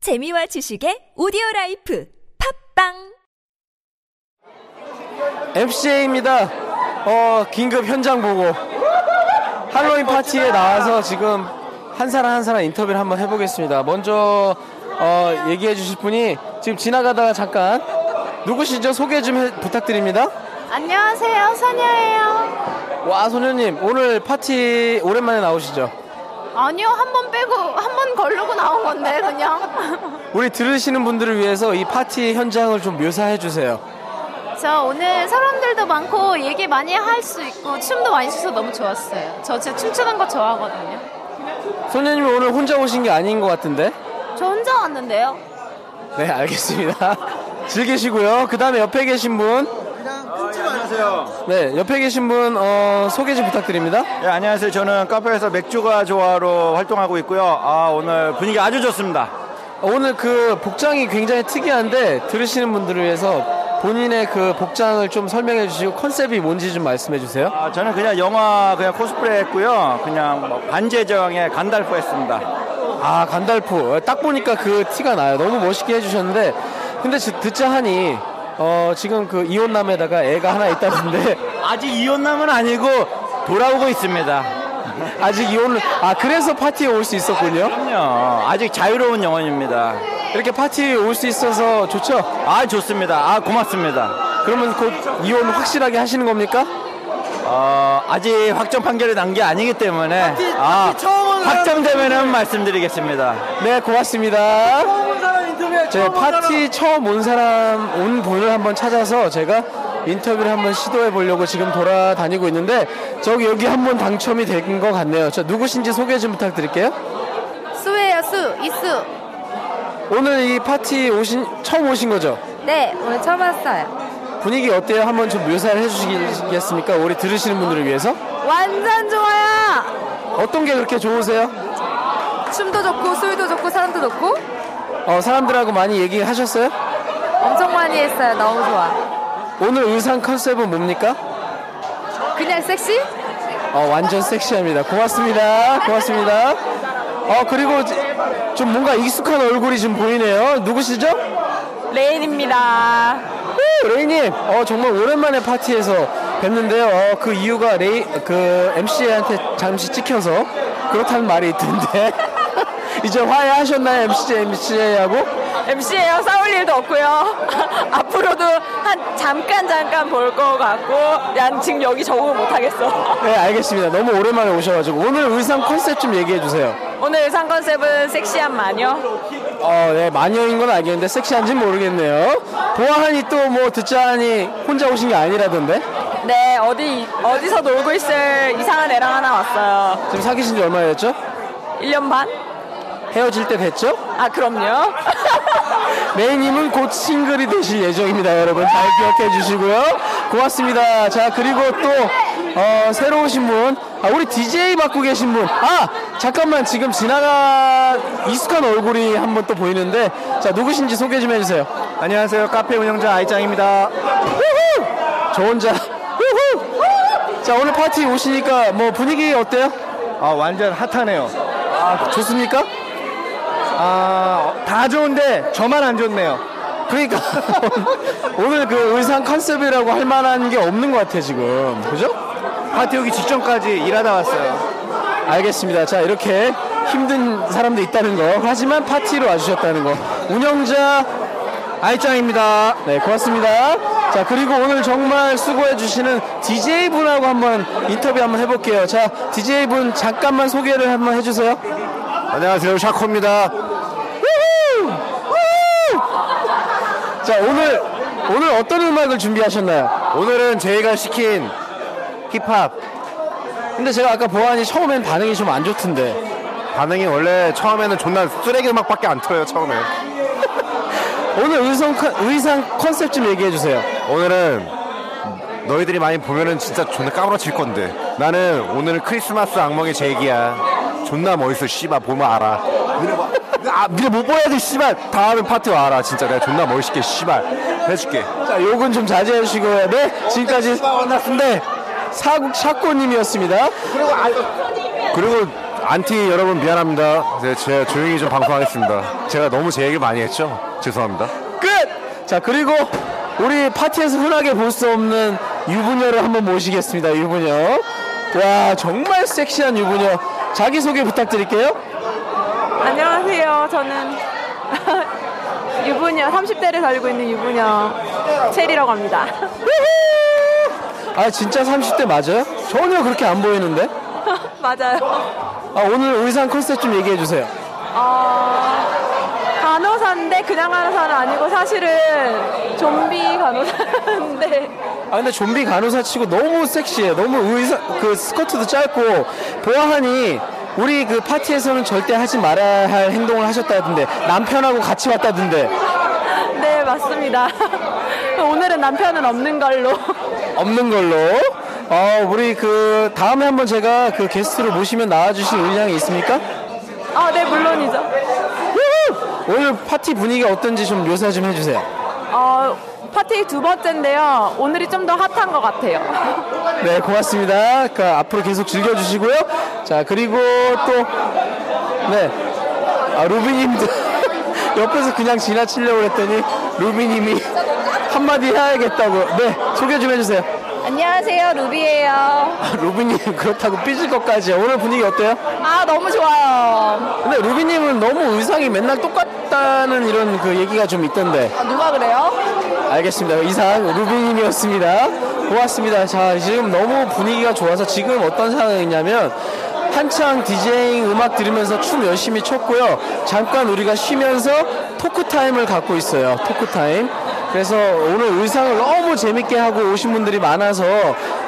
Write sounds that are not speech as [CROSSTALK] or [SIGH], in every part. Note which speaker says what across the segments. Speaker 1: 재미와 지식의 오디오 라이프 팝빵
Speaker 2: FCA입니다. 어, 긴급 현장 보고. 할로윈 파티에 나와서 지금 한 사람 한 사람 인터뷰를 한번 해보겠습니다. 먼저, 어, 얘기해 주실 분이 지금 지나가다가 잠깐 누구시죠? 소개 좀 해- 부탁드립니다.
Speaker 3: 안녕하세요, 선녀예요.
Speaker 2: 와, 소녀님, 오늘 파티 오랜만에 나오시죠?
Speaker 3: 아니요, 한 번 빼고 한 번 걸르고 나온 건데 그냥. [LAUGHS]
Speaker 2: 우리 들으시는 분들을 위해서 이 파티 현장을 좀 묘사해 주세요.
Speaker 3: 저 오늘 사람들도 많고 얘기 많이 할 수 있고 춤도 많이 추서 너무 좋았어요. 저 진짜 춤추는 거 좋아하거든요.
Speaker 2: 소녀님이 오늘 혼자 오신 게 아닌 것 같은데?
Speaker 3: 저 혼자 왔는데요.
Speaker 2: 네, 알겠습니다. [LAUGHS] 즐기시고요. 그 다음에 옆에 계신 분.
Speaker 4: 안녕하세요.
Speaker 2: 네, 옆에 계신 분, 어, 소개 좀 부탁드립니다.
Speaker 4: 예, 안녕하세요. 저는 카페에서 맥주가 조화로 활동하고 있고요. 아, 오늘 분위기 아주 좋습니다.
Speaker 2: 오늘 그 복장이 굉장히 특이한데 들으시는 분들을 위해서 본인의 그 복장을 좀 설명해 주시고 컨셉이 뭔지 좀 말씀해 주세요.
Speaker 4: 아, 저는 그냥 영화 그냥 코스프레 했고요. 그냥 뭐 반지의 제왕에 간달프 했습니다.
Speaker 2: 아 간달프 딱 보니까 그 티가 나요. 너무 멋있게 해주셨는데 근데 지- 듣자 하니 어, 지금 그 이혼남에다가 애가 하나 있다던데 [LAUGHS]
Speaker 4: 아직 이혼남은 아니고 돌아오고 있습니다.
Speaker 2: 아직 이혼을 아 그래서 파티에 올 수 있었군요.
Speaker 4: 그럼요. 아직 자유로운 영혼입니다.
Speaker 2: 이렇게 파티에 올 수 있어서 좋죠.
Speaker 4: 아, 좋습니다. 아, 고맙습니다.
Speaker 2: 그러면 곧 이혼 확실하게 하시는 겁니까?
Speaker 4: 어, 아직 확정 판결이 난 게 아니기 때문에 아, 확정되면은 말씀드리겠습니다.
Speaker 2: 네 고맙습니다. 제 파티 처음 온 사람 온 분을 한번 찾아서 제가 인터뷰를 한번 시도해 보려고 지금 돌아다니고 있는데 저기 여기 한번 당첨이 된 것 같네요. 저 누구신지 소개 좀 부탁드릴게요.
Speaker 3: 수예요, 수, 이수.
Speaker 2: 오늘 이 파티 오신 처음 오신 거죠?
Speaker 3: 네, 오늘 처음 왔어요.
Speaker 2: 분위기 어때요? 한번 좀 묘사를 해주시겠습니까? 우리 들으시는 분들을 위해서
Speaker 3: 완전 좋아요.
Speaker 2: 어떤 게 그렇게 좋으세요?
Speaker 3: 춤도 좋고 술도 좋고 사람도 좋고
Speaker 2: 어, 사람들하고 많이 얘기하셨어요?
Speaker 3: 엄청 많이 했어요. 너무 좋아.
Speaker 2: 오늘 의상 컨셉은 뭡니까?
Speaker 3: 그냥 섹시?
Speaker 2: 어, 완전 섹시합니다. 고맙습니다. 고맙습니다. 어 그리고 좀 뭔가 익숙한 얼굴이 지금 보이네요. 누구시죠?
Speaker 3: 레인입니다.
Speaker 2: 후, 레이님, 어, 정말 오랜만에 파티에서 뵀는데요. 어, 그 이유가 레이, 그 MC한테 잠시 찍혀서 그렇다는 말이 있던데. [LAUGHS] 이제 화해하셨나요, MC, MC하고?
Speaker 5: MC예요. 싸울 일도 없고요. [LAUGHS] 앞으로도 한 잠깐 잠깐 볼 것 같고, 난 지금 여기 적응 못 하겠어.
Speaker 2: 네, 알겠습니다. 너무 오랜만에 오셔가지고. 오늘 의상 컨셉 좀 얘기해주세요.
Speaker 5: 오늘 의상 컨셉은 섹시한 마녀.
Speaker 2: 어, 네, 마녀인 건 알겠는데 섹시한지는 모르겠네요. 보아하니 또 뭐 듣자 하니 혼자 오신 게 아니라던데?
Speaker 5: 네, 어디 어디서 놀고 있을 이상한 애랑 하나 왔어요.
Speaker 2: 지금 사귀신 지 얼마나 됐죠?
Speaker 5: 1년 반?
Speaker 2: 헤어질 때 됐죠?
Speaker 5: 아, 그럼요. [LAUGHS]
Speaker 2: 메이님은 곧 싱글이 되실 예정입니다, 여러분. 잘 기억해 주시고요. 고맙습니다. 자, 그리고 또, 어, 새로 오신 분. 아, 우리 DJ 맡고 계신 분. 아! 잠깐만, 지금 지나가, 익숙한 얼굴이 한 번 또 보이는데, 자, 누구신지 소개 좀 해주세요.
Speaker 4: 안녕하세요. 카페 운영자 아이짱입니다.
Speaker 2: 후후! 저 혼자, 후후! 자, 오늘 파티 오시니까, 뭐, 분위기 어때요?
Speaker 4: 아, 완전 핫하네요.
Speaker 2: 아, 좋습니까?
Speaker 4: 아, 다 좋은데 저만 안 좋네요.
Speaker 2: 그러니까, [LAUGHS] 오늘 그 의상 컨셉이라고 할 만한 게 없는 것 같아, 지금. 그죠?
Speaker 4: 파티 오기 직전까지 일하다 왔어요.
Speaker 2: 알겠습니다. 자, 이렇게 힘든 사람도 있다는 거. 하지만 파티로 와주셨다는 거. 운영자 아이짱입니다. 네, 고맙습니다. 자, 그리고 오늘 정말 수고해주시는 DJ분하고 한번 인터뷰 한번 해볼게요. 자, DJ분 잠깐만 소개를 한번 해주세요.
Speaker 4: 안녕하세요. 샤코입니다.
Speaker 2: 우후! 우후! 자, 오늘, 오늘 어떤 음악을 준비하셨나요?
Speaker 4: 오늘은 저희가 시킨 힙합
Speaker 2: 근데 제가 아까 보아하니 처음엔 반응이 좀 안 좋던데.
Speaker 4: 반응이 원래 처음에는 존나 쓰레기 음악밖에 안 틀어요, 처음에.
Speaker 2: [LAUGHS] 오늘 의상, 컨- 의상 컨셉 좀 얘기해주세요.
Speaker 6: 오늘은 너희들이 많이 보면은 진짜 존나 까무러칠 건데 나는 오늘은 크리스마스 악몽의 제기야 존나 멋있어 씨발 보면 알아 너네 봐. 아, 니네 못 보여야 돼 씨발 다음에 파티 와라 진짜 내가 존나 멋있게 씨발 해줄게 어,
Speaker 2: 자, 욕은 좀 자제해 주시고요. 네, 지금까지 네,
Speaker 6: 씨발, 만났습니다.
Speaker 2: 사국 샤코님이었습니다.
Speaker 6: 아, 그리고 안티 여러분 미안합니다. 네, 제가 조용히 좀 방송하겠습니다. 제가 너무 제 얘기를 많이 했죠? 죄송합니다.
Speaker 2: 끝! 자, 그리고 우리 파티에서 흔하게 볼 수 없는 유부녀를 한번 모시겠습니다. 유부녀. 와, 정말 섹시한 유부녀. 자기소개 부탁드릴게요.
Speaker 5: 안녕하세요. 저는 [LAUGHS] 유부녀, 30대를 달리고 있는 유부녀 체리라고 합니다.
Speaker 2: 아, 진짜 30대 맞아요? 전혀 그렇게 안 보이는데?
Speaker 5: [LAUGHS] 맞아요.
Speaker 2: 아, 오늘 의상 컨셉 좀 얘기해 주세요.
Speaker 5: 간호사인데 그냥 간호사는 아니고 사실은 좀비 간호사인데
Speaker 2: 아, 근데 좀비 간호사 치고 너무 섹시해. 너무 의사, 그 스커트도 짧고, 보아하니, 우리 그 파티에서는 절대 하지 말아야 할 행동을 하셨다던데, 남편하고 같이 왔다던데,
Speaker 5: 네 맞습니다. [LAUGHS] 오늘은 남편은 없는 걸로. [LAUGHS]
Speaker 2: 없는 걸로. 어, 우리 그, 다음에 한번 제가 그 게스트로 모시면 나와주실 의향이 있습니까?
Speaker 5: 아 네 물론이죠.
Speaker 2: 유후! 오늘 파티 분위기가 어떤지 좀 묘사 좀 해주세요.
Speaker 5: 어, 파티 두 번째인데요. 오늘이 좀 더 핫한 것 같아요.
Speaker 2: 네, 고맙습니다. 그, 앞으로 계속 즐겨주시고요. 자, 그리고 또, 네. 아, 루비님도 [LAUGHS] 옆에서 그냥 지나치려고 했더니, 루비님이 한마디 해야겠다고. 네, 소개 좀 해주세요.
Speaker 5: 안녕하세요, 루비예요.
Speaker 2: 아, 루비님, 그렇다고 삐질 것까지. 오늘 분위기 어때요?
Speaker 5: 아 너무 좋아요.
Speaker 2: 근데 루비님은 너무 의상이 맨날 똑같다는 이런 그 얘기가 좀 있던데.
Speaker 5: 아, 누가 그래요?
Speaker 2: 알겠습니다. 이상 루비님이었습니다. 고맙습니다. 자, 지금 너무 분위기가 좋아서 지금 어떤 상황이냐면 한창 디제잉 음악 들으면서 춤 열심히 췄고요. 잠깐 우리가 쉬면서 토크 타임을 갖고 있어요. 토크 타임. 그래서 오늘 의상을 너무 재밌게 하고 오신 분들이 많아서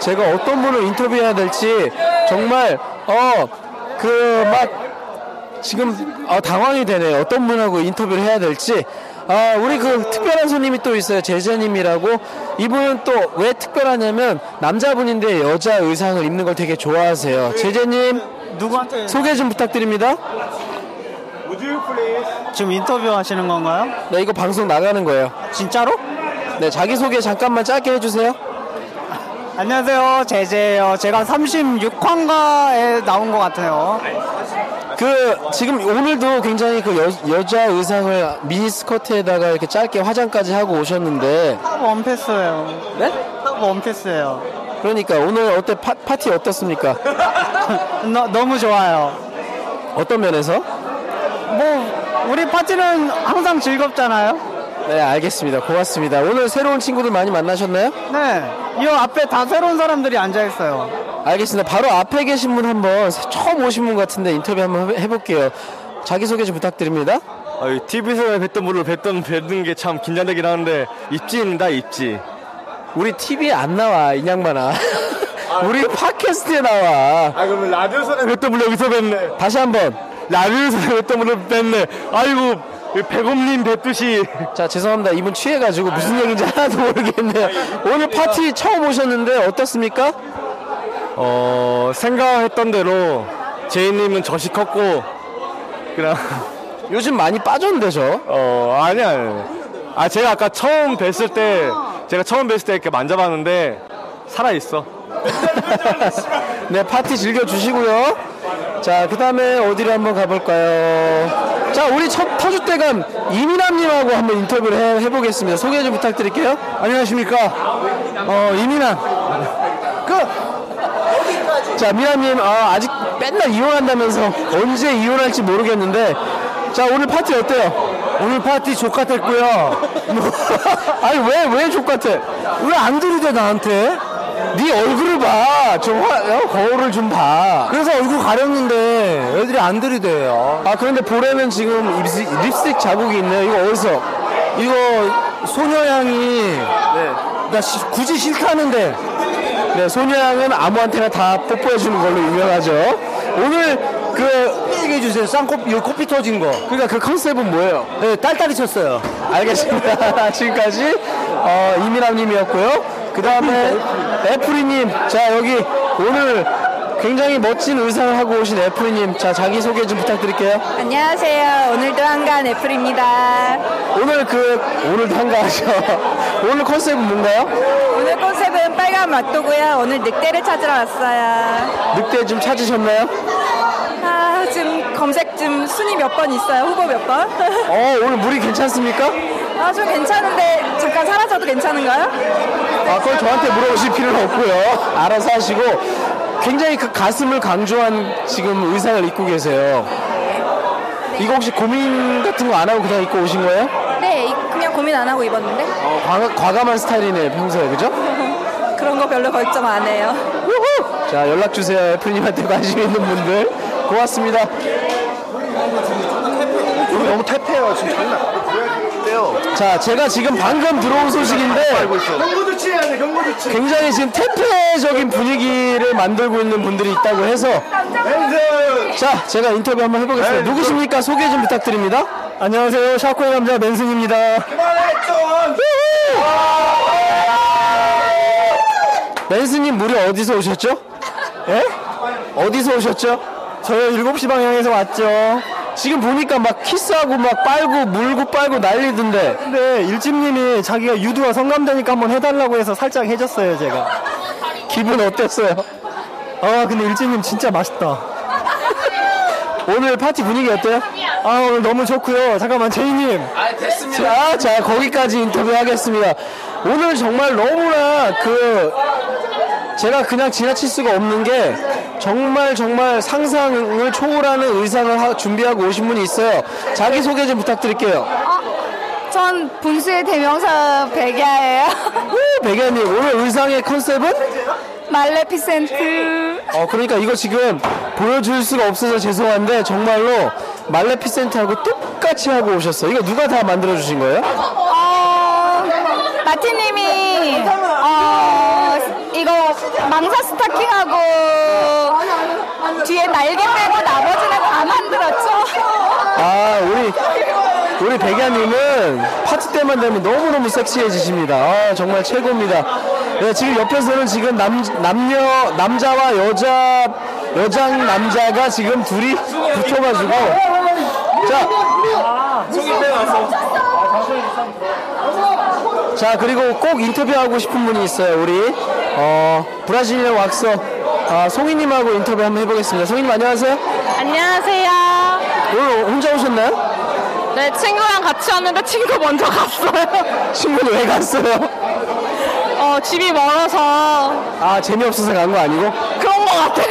Speaker 2: 제가 어떤 분을 인터뷰해야 될지 정말 어, 어그막 지금 아, 당황이 되네요. 어떤 분하고 인터뷰를 해야 될지. 아, 우리 그 특별한 손님이 또 있어요. 제재님이라고. 이분은 또 왜 특별하냐면 남자분인데 여자 의상을 입는 걸 되게 좋아하세요. 제재님
Speaker 7: 누구한테
Speaker 2: 소개 좀 부탁드립니다.
Speaker 7: 지금 인터뷰 하시는 건가요?
Speaker 2: 네, 이거 방송 나가는 거예요.
Speaker 7: 진짜로?
Speaker 2: 네, 자기 소개 잠깐만 짧게 해주세요.
Speaker 7: 안녕하세요, 제재예요. 제가 36화인가에 나온 것 같아요.
Speaker 2: 그 지금 오늘도 굉장히 그 여, 여자 의상을 미니 스커트에다가 이렇게 짧게 화장까지 하고 오셨는데
Speaker 7: 딱 원패스예요.
Speaker 2: 네?
Speaker 7: 딱 원패스예요.
Speaker 2: 그러니까 오늘 어때 파, 파티 어떻습니까?
Speaker 7: [LAUGHS] 너, 너무 좋아요.
Speaker 2: 어떤 면에서?
Speaker 7: 뭐 우리 파티는 항상 즐겁잖아요.
Speaker 2: 네, 알겠습니다. 고맙습니다. 오늘 새로운 친구들 많이 만나셨나요?
Speaker 7: 네, 이 앞에 다 새로운 사람들이 앉아 있어요.
Speaker 2: 알겠습니다. 바로 앞에 계신 분 한번 처음 오신 분 같은데 인터뷰 한번 해- 해볼게요. 자기소개 좀 부탁드립니다.
Speaker 4: TV에서 아, 뵀던 분을 뵀던 뵙는 게 참 긴장되긴 하는데 입지입니다 입지.
Speaker 2: 우리 TV에 안 나와, 이 양반아. [LAUGHS] 우리 팟캐스트에 나와.
Speaker 4: 아 그러면 라디오에서 뵀던 분 여기서 뵀네.
Speaker 2: 다시 한 번.
Speaker 4: 라디오에서 뵀던 분을 뵀네. 아이고 백곰님 뵙듯이.
Speaker 2: 자, 죄송합니다. 이분 취해가지고 무슨 얘기인지 하나도 모르겠네요. 오늘 파티 처음 오셨는데 어떻습니까?
Speaker 4: 어 생각했던 대로 제이님은 젖이 컸고 그냥
Speaker 2: 요즘 많이 빠졌는데, 저.
Speaker 4: 어 아니야 아니야. 아 제가 아까 처음 뵀을 때 제가 처음 뵀을 때 이렇게 만져봤는데 살아 있어
Speaker 2: 네, 파티 즐겨주시고요. 자, 그 다음에 어디로 한번 가볼까요? 자, 우리 첫 터줏대감 이민남님하고 한번 인터뷰를 해, 해보겠습니다. 소개 좀 부탁드릴게요. 안녕하십니까. 어, 이민남. 끝! 자, 미남님, 아, 아직 맨날 이혼한다면서 언제 이혼할지 모르겠는데, 자, 오늘 파티 어때요? 오늘 파티 족같았고요 [LAUGHS] 아니, 왜, 왜 족같아? 왜 안 들이대, 나한테? 네 얼굴을 봐. 저 화, 어, 거울을 좀 봐. 그래서 얼굴 가렸는데 애들이 안 들이대요. 아 그런데 볼에는 지금 립스틱, 립스틱 자국이 있네요. 이거 어디서? 이거 소녀향이 나 시- 굳이 싫다는데 네, 소녀향은 아무한테나 다 뽀뽀해주는 걸로 유명하죠. 오늘 그 얘기해 주세요. 쌍코 이 코피 터진 거. 그러니까 그 컨셉은 뭐예요? 네, 딸딸이 쳤어요. 알겠습니다. [LAUGHS] 지금까지 어, 이민아님이었고요. 그 다음에 애프리님, 자 여기 오늘 굉장히 멋진 의상을 하고 오신 애프리님, 자 자기 소개 좀 부탁드릴게요.
Speaker 5: 안녕하세요. 오늘도 한간 애플입니다.
Speaker 2: 오늘 그 오늘도 한가하죠. [LAUGHS] 오늘 컨셉은 뭔가요?
Speaker 5: 오늘 컨셉은 빨간 맛도고요. 오늘 늑대를 찾으러 왔어요.
Speaker 2: 늑대 좀 찾으셨나요?
Speaker 5: 아, 그래서 지금 검색 지금 순위 몇 번 있어요? 후보 몇 번? [LAUGHS]
Speaker 2: 어, 오늘 물이 괜찮습니까?
Speaker 5: 아주 괜찮은데 잠깐 사라져도 괜찮은가요?
Speaker 2: 아, 그걸 저한테 물어보실 필요는 없고요. 알아서 하시고 굉장히 그 가슴을 강조한 지금 의상을 입고 계세요. 이거 혹시 고민 같은 거 안 하고 그냥 입고 오신 거예요?
Speaker 5: 네, 이- 그냥 고민 안 하고 입었는데
Speaker 2: 어, 과감, 과감한 스타일이네 평소에 그죠?
Speaker 5: 그런 거 별로 걱정 안 해요.
Speaker 2: 우후! 자 연락 주세요 애플님한테 관심 있는 분들 고맙습니다.
Speaker 6: 여기 너무 퇴폐해요 지금 장난 어때요? 아,
Speaker 2: 자 제가 지금 방금 들어온 소식인데
Speaker 6: 알고 있어
Speaker 2: 굉장히 지금 태폐적인 분위기를 만들고 있는 분들이 있다고 해서 자 제가 인터뷰 한번
Speaker 6: 네,
Speaker 2: 해보겠습니다. 누구십니까 소개 좀 부탁드립니다. 안녕하세요 샤코의 남자 맨슨입니다. 맨슨님 무려 어디서 오셨죠? 예? 어디서 오셨죠? 저요 7시 방향에서 왔죠. 지금 보니까 막 키스하고 막 빨고 물고 빨고 난리던데. 근데 일집님이 자기가 유두와 성감되니까 한번 해달라고 해서 살짝 해줬어요 제가. 기분 어땠어요? 아 근데 일집님 진짜 맛있다. 오늘 파티 분위기 어때요? 아 오늘 너무 좋고요. 잠깐만 제이님. 아 됐습니다. 자, 자 거기까지 인터뷰하겠습니다. 오늘 정말 너무나 그 제가 그냥 지나칠 수가 없는 게 정말 정말 상상을 초월하는 의상을 하- 준비하고 오신 분이 있어요. 자기 소개 좀 부탁드릴게요.
Speaker 3: 전 분수의 대명사 백야예요.
Speaker 2: 오, 백현님 오늘 의상의 컨셉은?
Speaker 3: 말레피센트.
Speaker 2: 어 그러니까 이거 지금 보여줄 수가 없어서 죄송한데 정말로 말레피센트하고 똑같이 하고 오셨어. 요 이거 누가 다 만들어 주신 거예요?
Speaker 3: 어, 마티님이 어, 이거 망사 스타킹하고 뒤에 날개 빼고 나머지는 다 만들었죠.
Speaker 2: 아 우리 우리 백야님은 파티 때만 되면 너무너무 섹시해지십니다. 아, 정말 최고입니다. 네, 지금 옆에서는 지금 남 남녀 남자와 여자 여장 남자가 지금 둘이 붙어가지고 자. 자 그리고 꼭 인터뷰하고 싶은 분이 있어요 우리 어 브라질리안 왁서 아, 송이님하고 인터뷰 한번 해보겠습니다 송이님 안녕하세요
Speaker 3: 안녕하세요.
Speaker 2: 오늘 혼자 오셨나요?
Speaker 3: 네, 친구랑 같이 왔는데 친구 먼저 갔어요.
Speaker 2: 친구는 왜 갔어요?
Speaker 3: 어, 집이 멀어서
Speaker 2: 아 재미없어서 간 거 아니고?
Speaker 3: 그런 것 같아.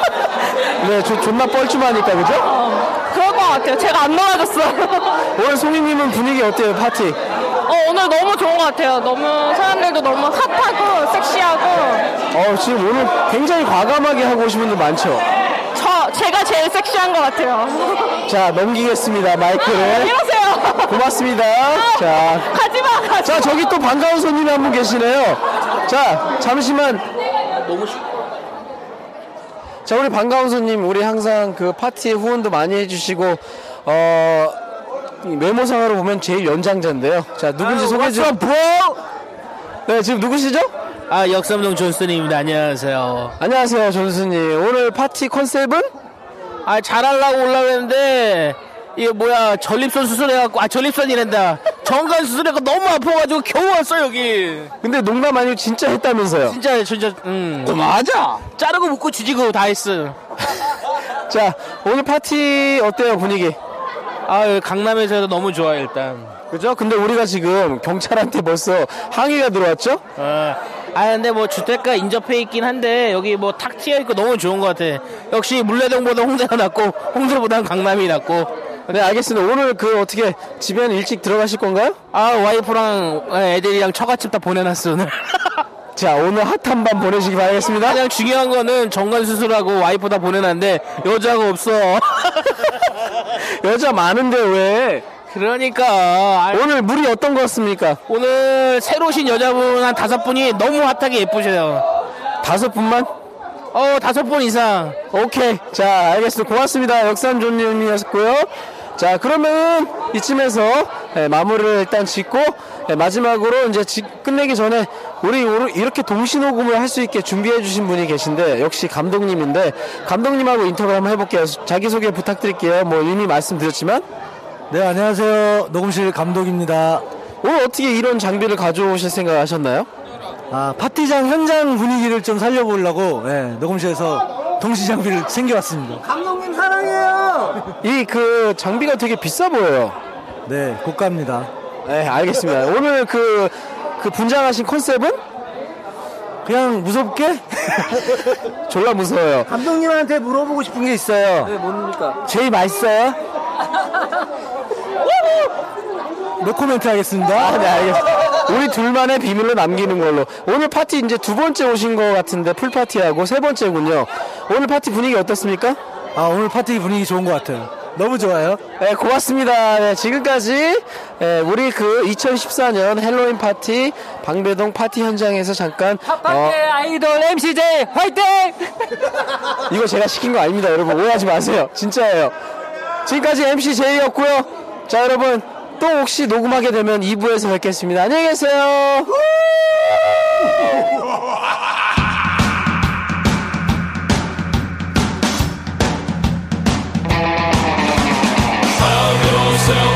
Speaker 2: [LAUGHS] 네 조- 존나 뻘쭘하니까 그죠?
Speaker 3: 그럴 것 같아요. 제가 안 놀아줬어요.
Speaker 2: 오늘 송이님은 분위기 어때요 파티?
Speaker 3: 어, 오늘 너무 좋은 것 같아요. 너무 사람들도 너무 핫하고 섹시하고
Speaker 2: 어 지금 오늘 굉장히 과감하게 하고 오신 분들 많죠?
Speaker 3: 저 제가 제일 섹시한 것 같아요.
Speaker 2: 자 넘기겠습니다
Speaker 3: 아,
Speaker 2: 마이크를
Speaker 3: 이러세요.
Speaker 2: 고맙습니다 자,
Speaker 3: 가지마 가지.
Speaker 2: 자 저기 또 반가운 손님이 한 분 계시네요 자 잠시만 자 우리 반가운 손님 우리 항상 그 파티에 후원도 많이 해주시고 어 외모상으로 보면 제일 연장자인데요 자 누군지 소개 좀 네, 지금 누구시죠?
Speaker 8: 아 역삼동 존슨입니다. 안녕하세요.
Speaker 2: 안녕하세요, 존스님. 오늘 파티 컨셉은?
Speaker 8: 아 잘하려고 올라오는데 이거 뭐야 전립선 수술해갖고 아 전립선이란다. 정관 수술해갖고 너무 아파가지고 겨우 왔어 여기.
Speaker 2: 근데 농담 아니고 진짜 했다면서요.
Speaker 8: 진짜 진짜 음. 맞아. 자르고 묶고 주지고 다 했어.
Speaker 2: 자, 오늘 파티 어때요, 분위기?
Speaker 8: 아 여기 강남에서도 너무 좋아 일단.
Speaker 2: 그죠? 근데 우리가 지금 경찰한테 벌써 항의가 들어왔죠?
Speaker 8: 어. 아 근데 뭐 주택가 인접해 있긴 한데 여기 뭐 탁 튀어 있고 너무 좋은 것 같아. 역시 물레동보다 홍대가 낫고 홍대보다는 강남이 낫고.
Speaker 2: 네, 알겠습니다. 오늘 그 어떻게 집에는 일찍 들어가실 건가요?
Speaker 8: 아 와이프랑 애들이랑 처갓집 다 보내놨어 오늘.
Speaker 2: [LAUGHS] 자, 오늘 핫한 밤 보내시기 바라겠습니다.
Speaker 8: 가장 중요한 거는 정관 수술하고 와이프 다 보내놨는데 여자가 없어.
Speaker 2: [LAUGHS] 여자 많은데 왜?
Speaker 8: 그러니까 아,
Speaker 2: 오늘 물이 어떤 거였습니까?
Speaker 8: 오늘 새로 오신 여자분 한 다섯 분이 너무 핫하게 예쁘셔요.
Speaker 2: 다섯 분만?
Speaker 8: 어 다섯 분 이상.
Speaker 2: 오케이. 자, 알겠습니다. 고맙습니다. 역산존님이었고요. 자, 그러면은 이쯤에서 예, 마무리를 일단 짓고 예, 마지막으로 이제 지- 끝내기 전에 우리 오르- 이렇게 동시녹음을 할 수 있게 준비해 주신 분이 계신데 역시 감독님인데 감독님하고 인터뷰 한번 해볼게요. 자기소개 부탁드릴게요. 뭐 이미 말씀드렸지만
Speaker 9: 네, 안녕하세요. 녹음실 감독입니다.
Speaker 2: 오늘 어떻게 이런 장비를 가져오실 생각 하셨나요?
Speaker 9: 아, 파티장 현장 분위기를 좀 살려보려고 예, 녹음실에서 동시 장비를 챙겨왔습니다.
Speaker 7: 감독님 사랑.
Speaker 6: 이상해요.
Speaker 2: 이 그 장비가 되게 비싸 보여요.
Speaker 9: 네, 고가입니다.
Speaker 2: 네, 알겠습니다. 오늘 그, 그 분장하신 컨셉은?
Speaker 9: 그냥 무섭게?
Speaker 2: 졸라 무서워요.
Speaker 9: 감독님한테 물어보고 싶은 게 있어요.
Speaker 8: 네, 뭡니까?
Speaker 9: 제일 맛있어요? 노코멘트 하겠습니다.
Speaker 2: 아, 네, 알겠습니다. 네, 우리 둘만의 비밀로 남기는 걸로. 오늘 파티 이제 두 번째 오신 것 같은데, 풀파티하고 세 번째군요. 오늘 파티 분위기 어떻습니까?
Speaker 9: 아, 오늘 파티 분위기 좋은 것 같아요. 너무 좋아요.
Speaker 2: 네, 고맙습니다. 네, 지금까지 예, 우리 그 2014년 헬로윈 파티 방배동 파티 현장에서 잠깐 어,
Speaker 8: 아이돌 MCJ 화이팅!
Speaker 2: 이거 제가 시킨 거 아닙니다, 여러분. 오해하지 마세요. 진짜예요. 지금까지 MC 제이였고요. 자, 여러분 또 혹시 녹음하게 되면 2부에서 뵙겠습니다. 안녕히 계세요.
Speaker 10: yourself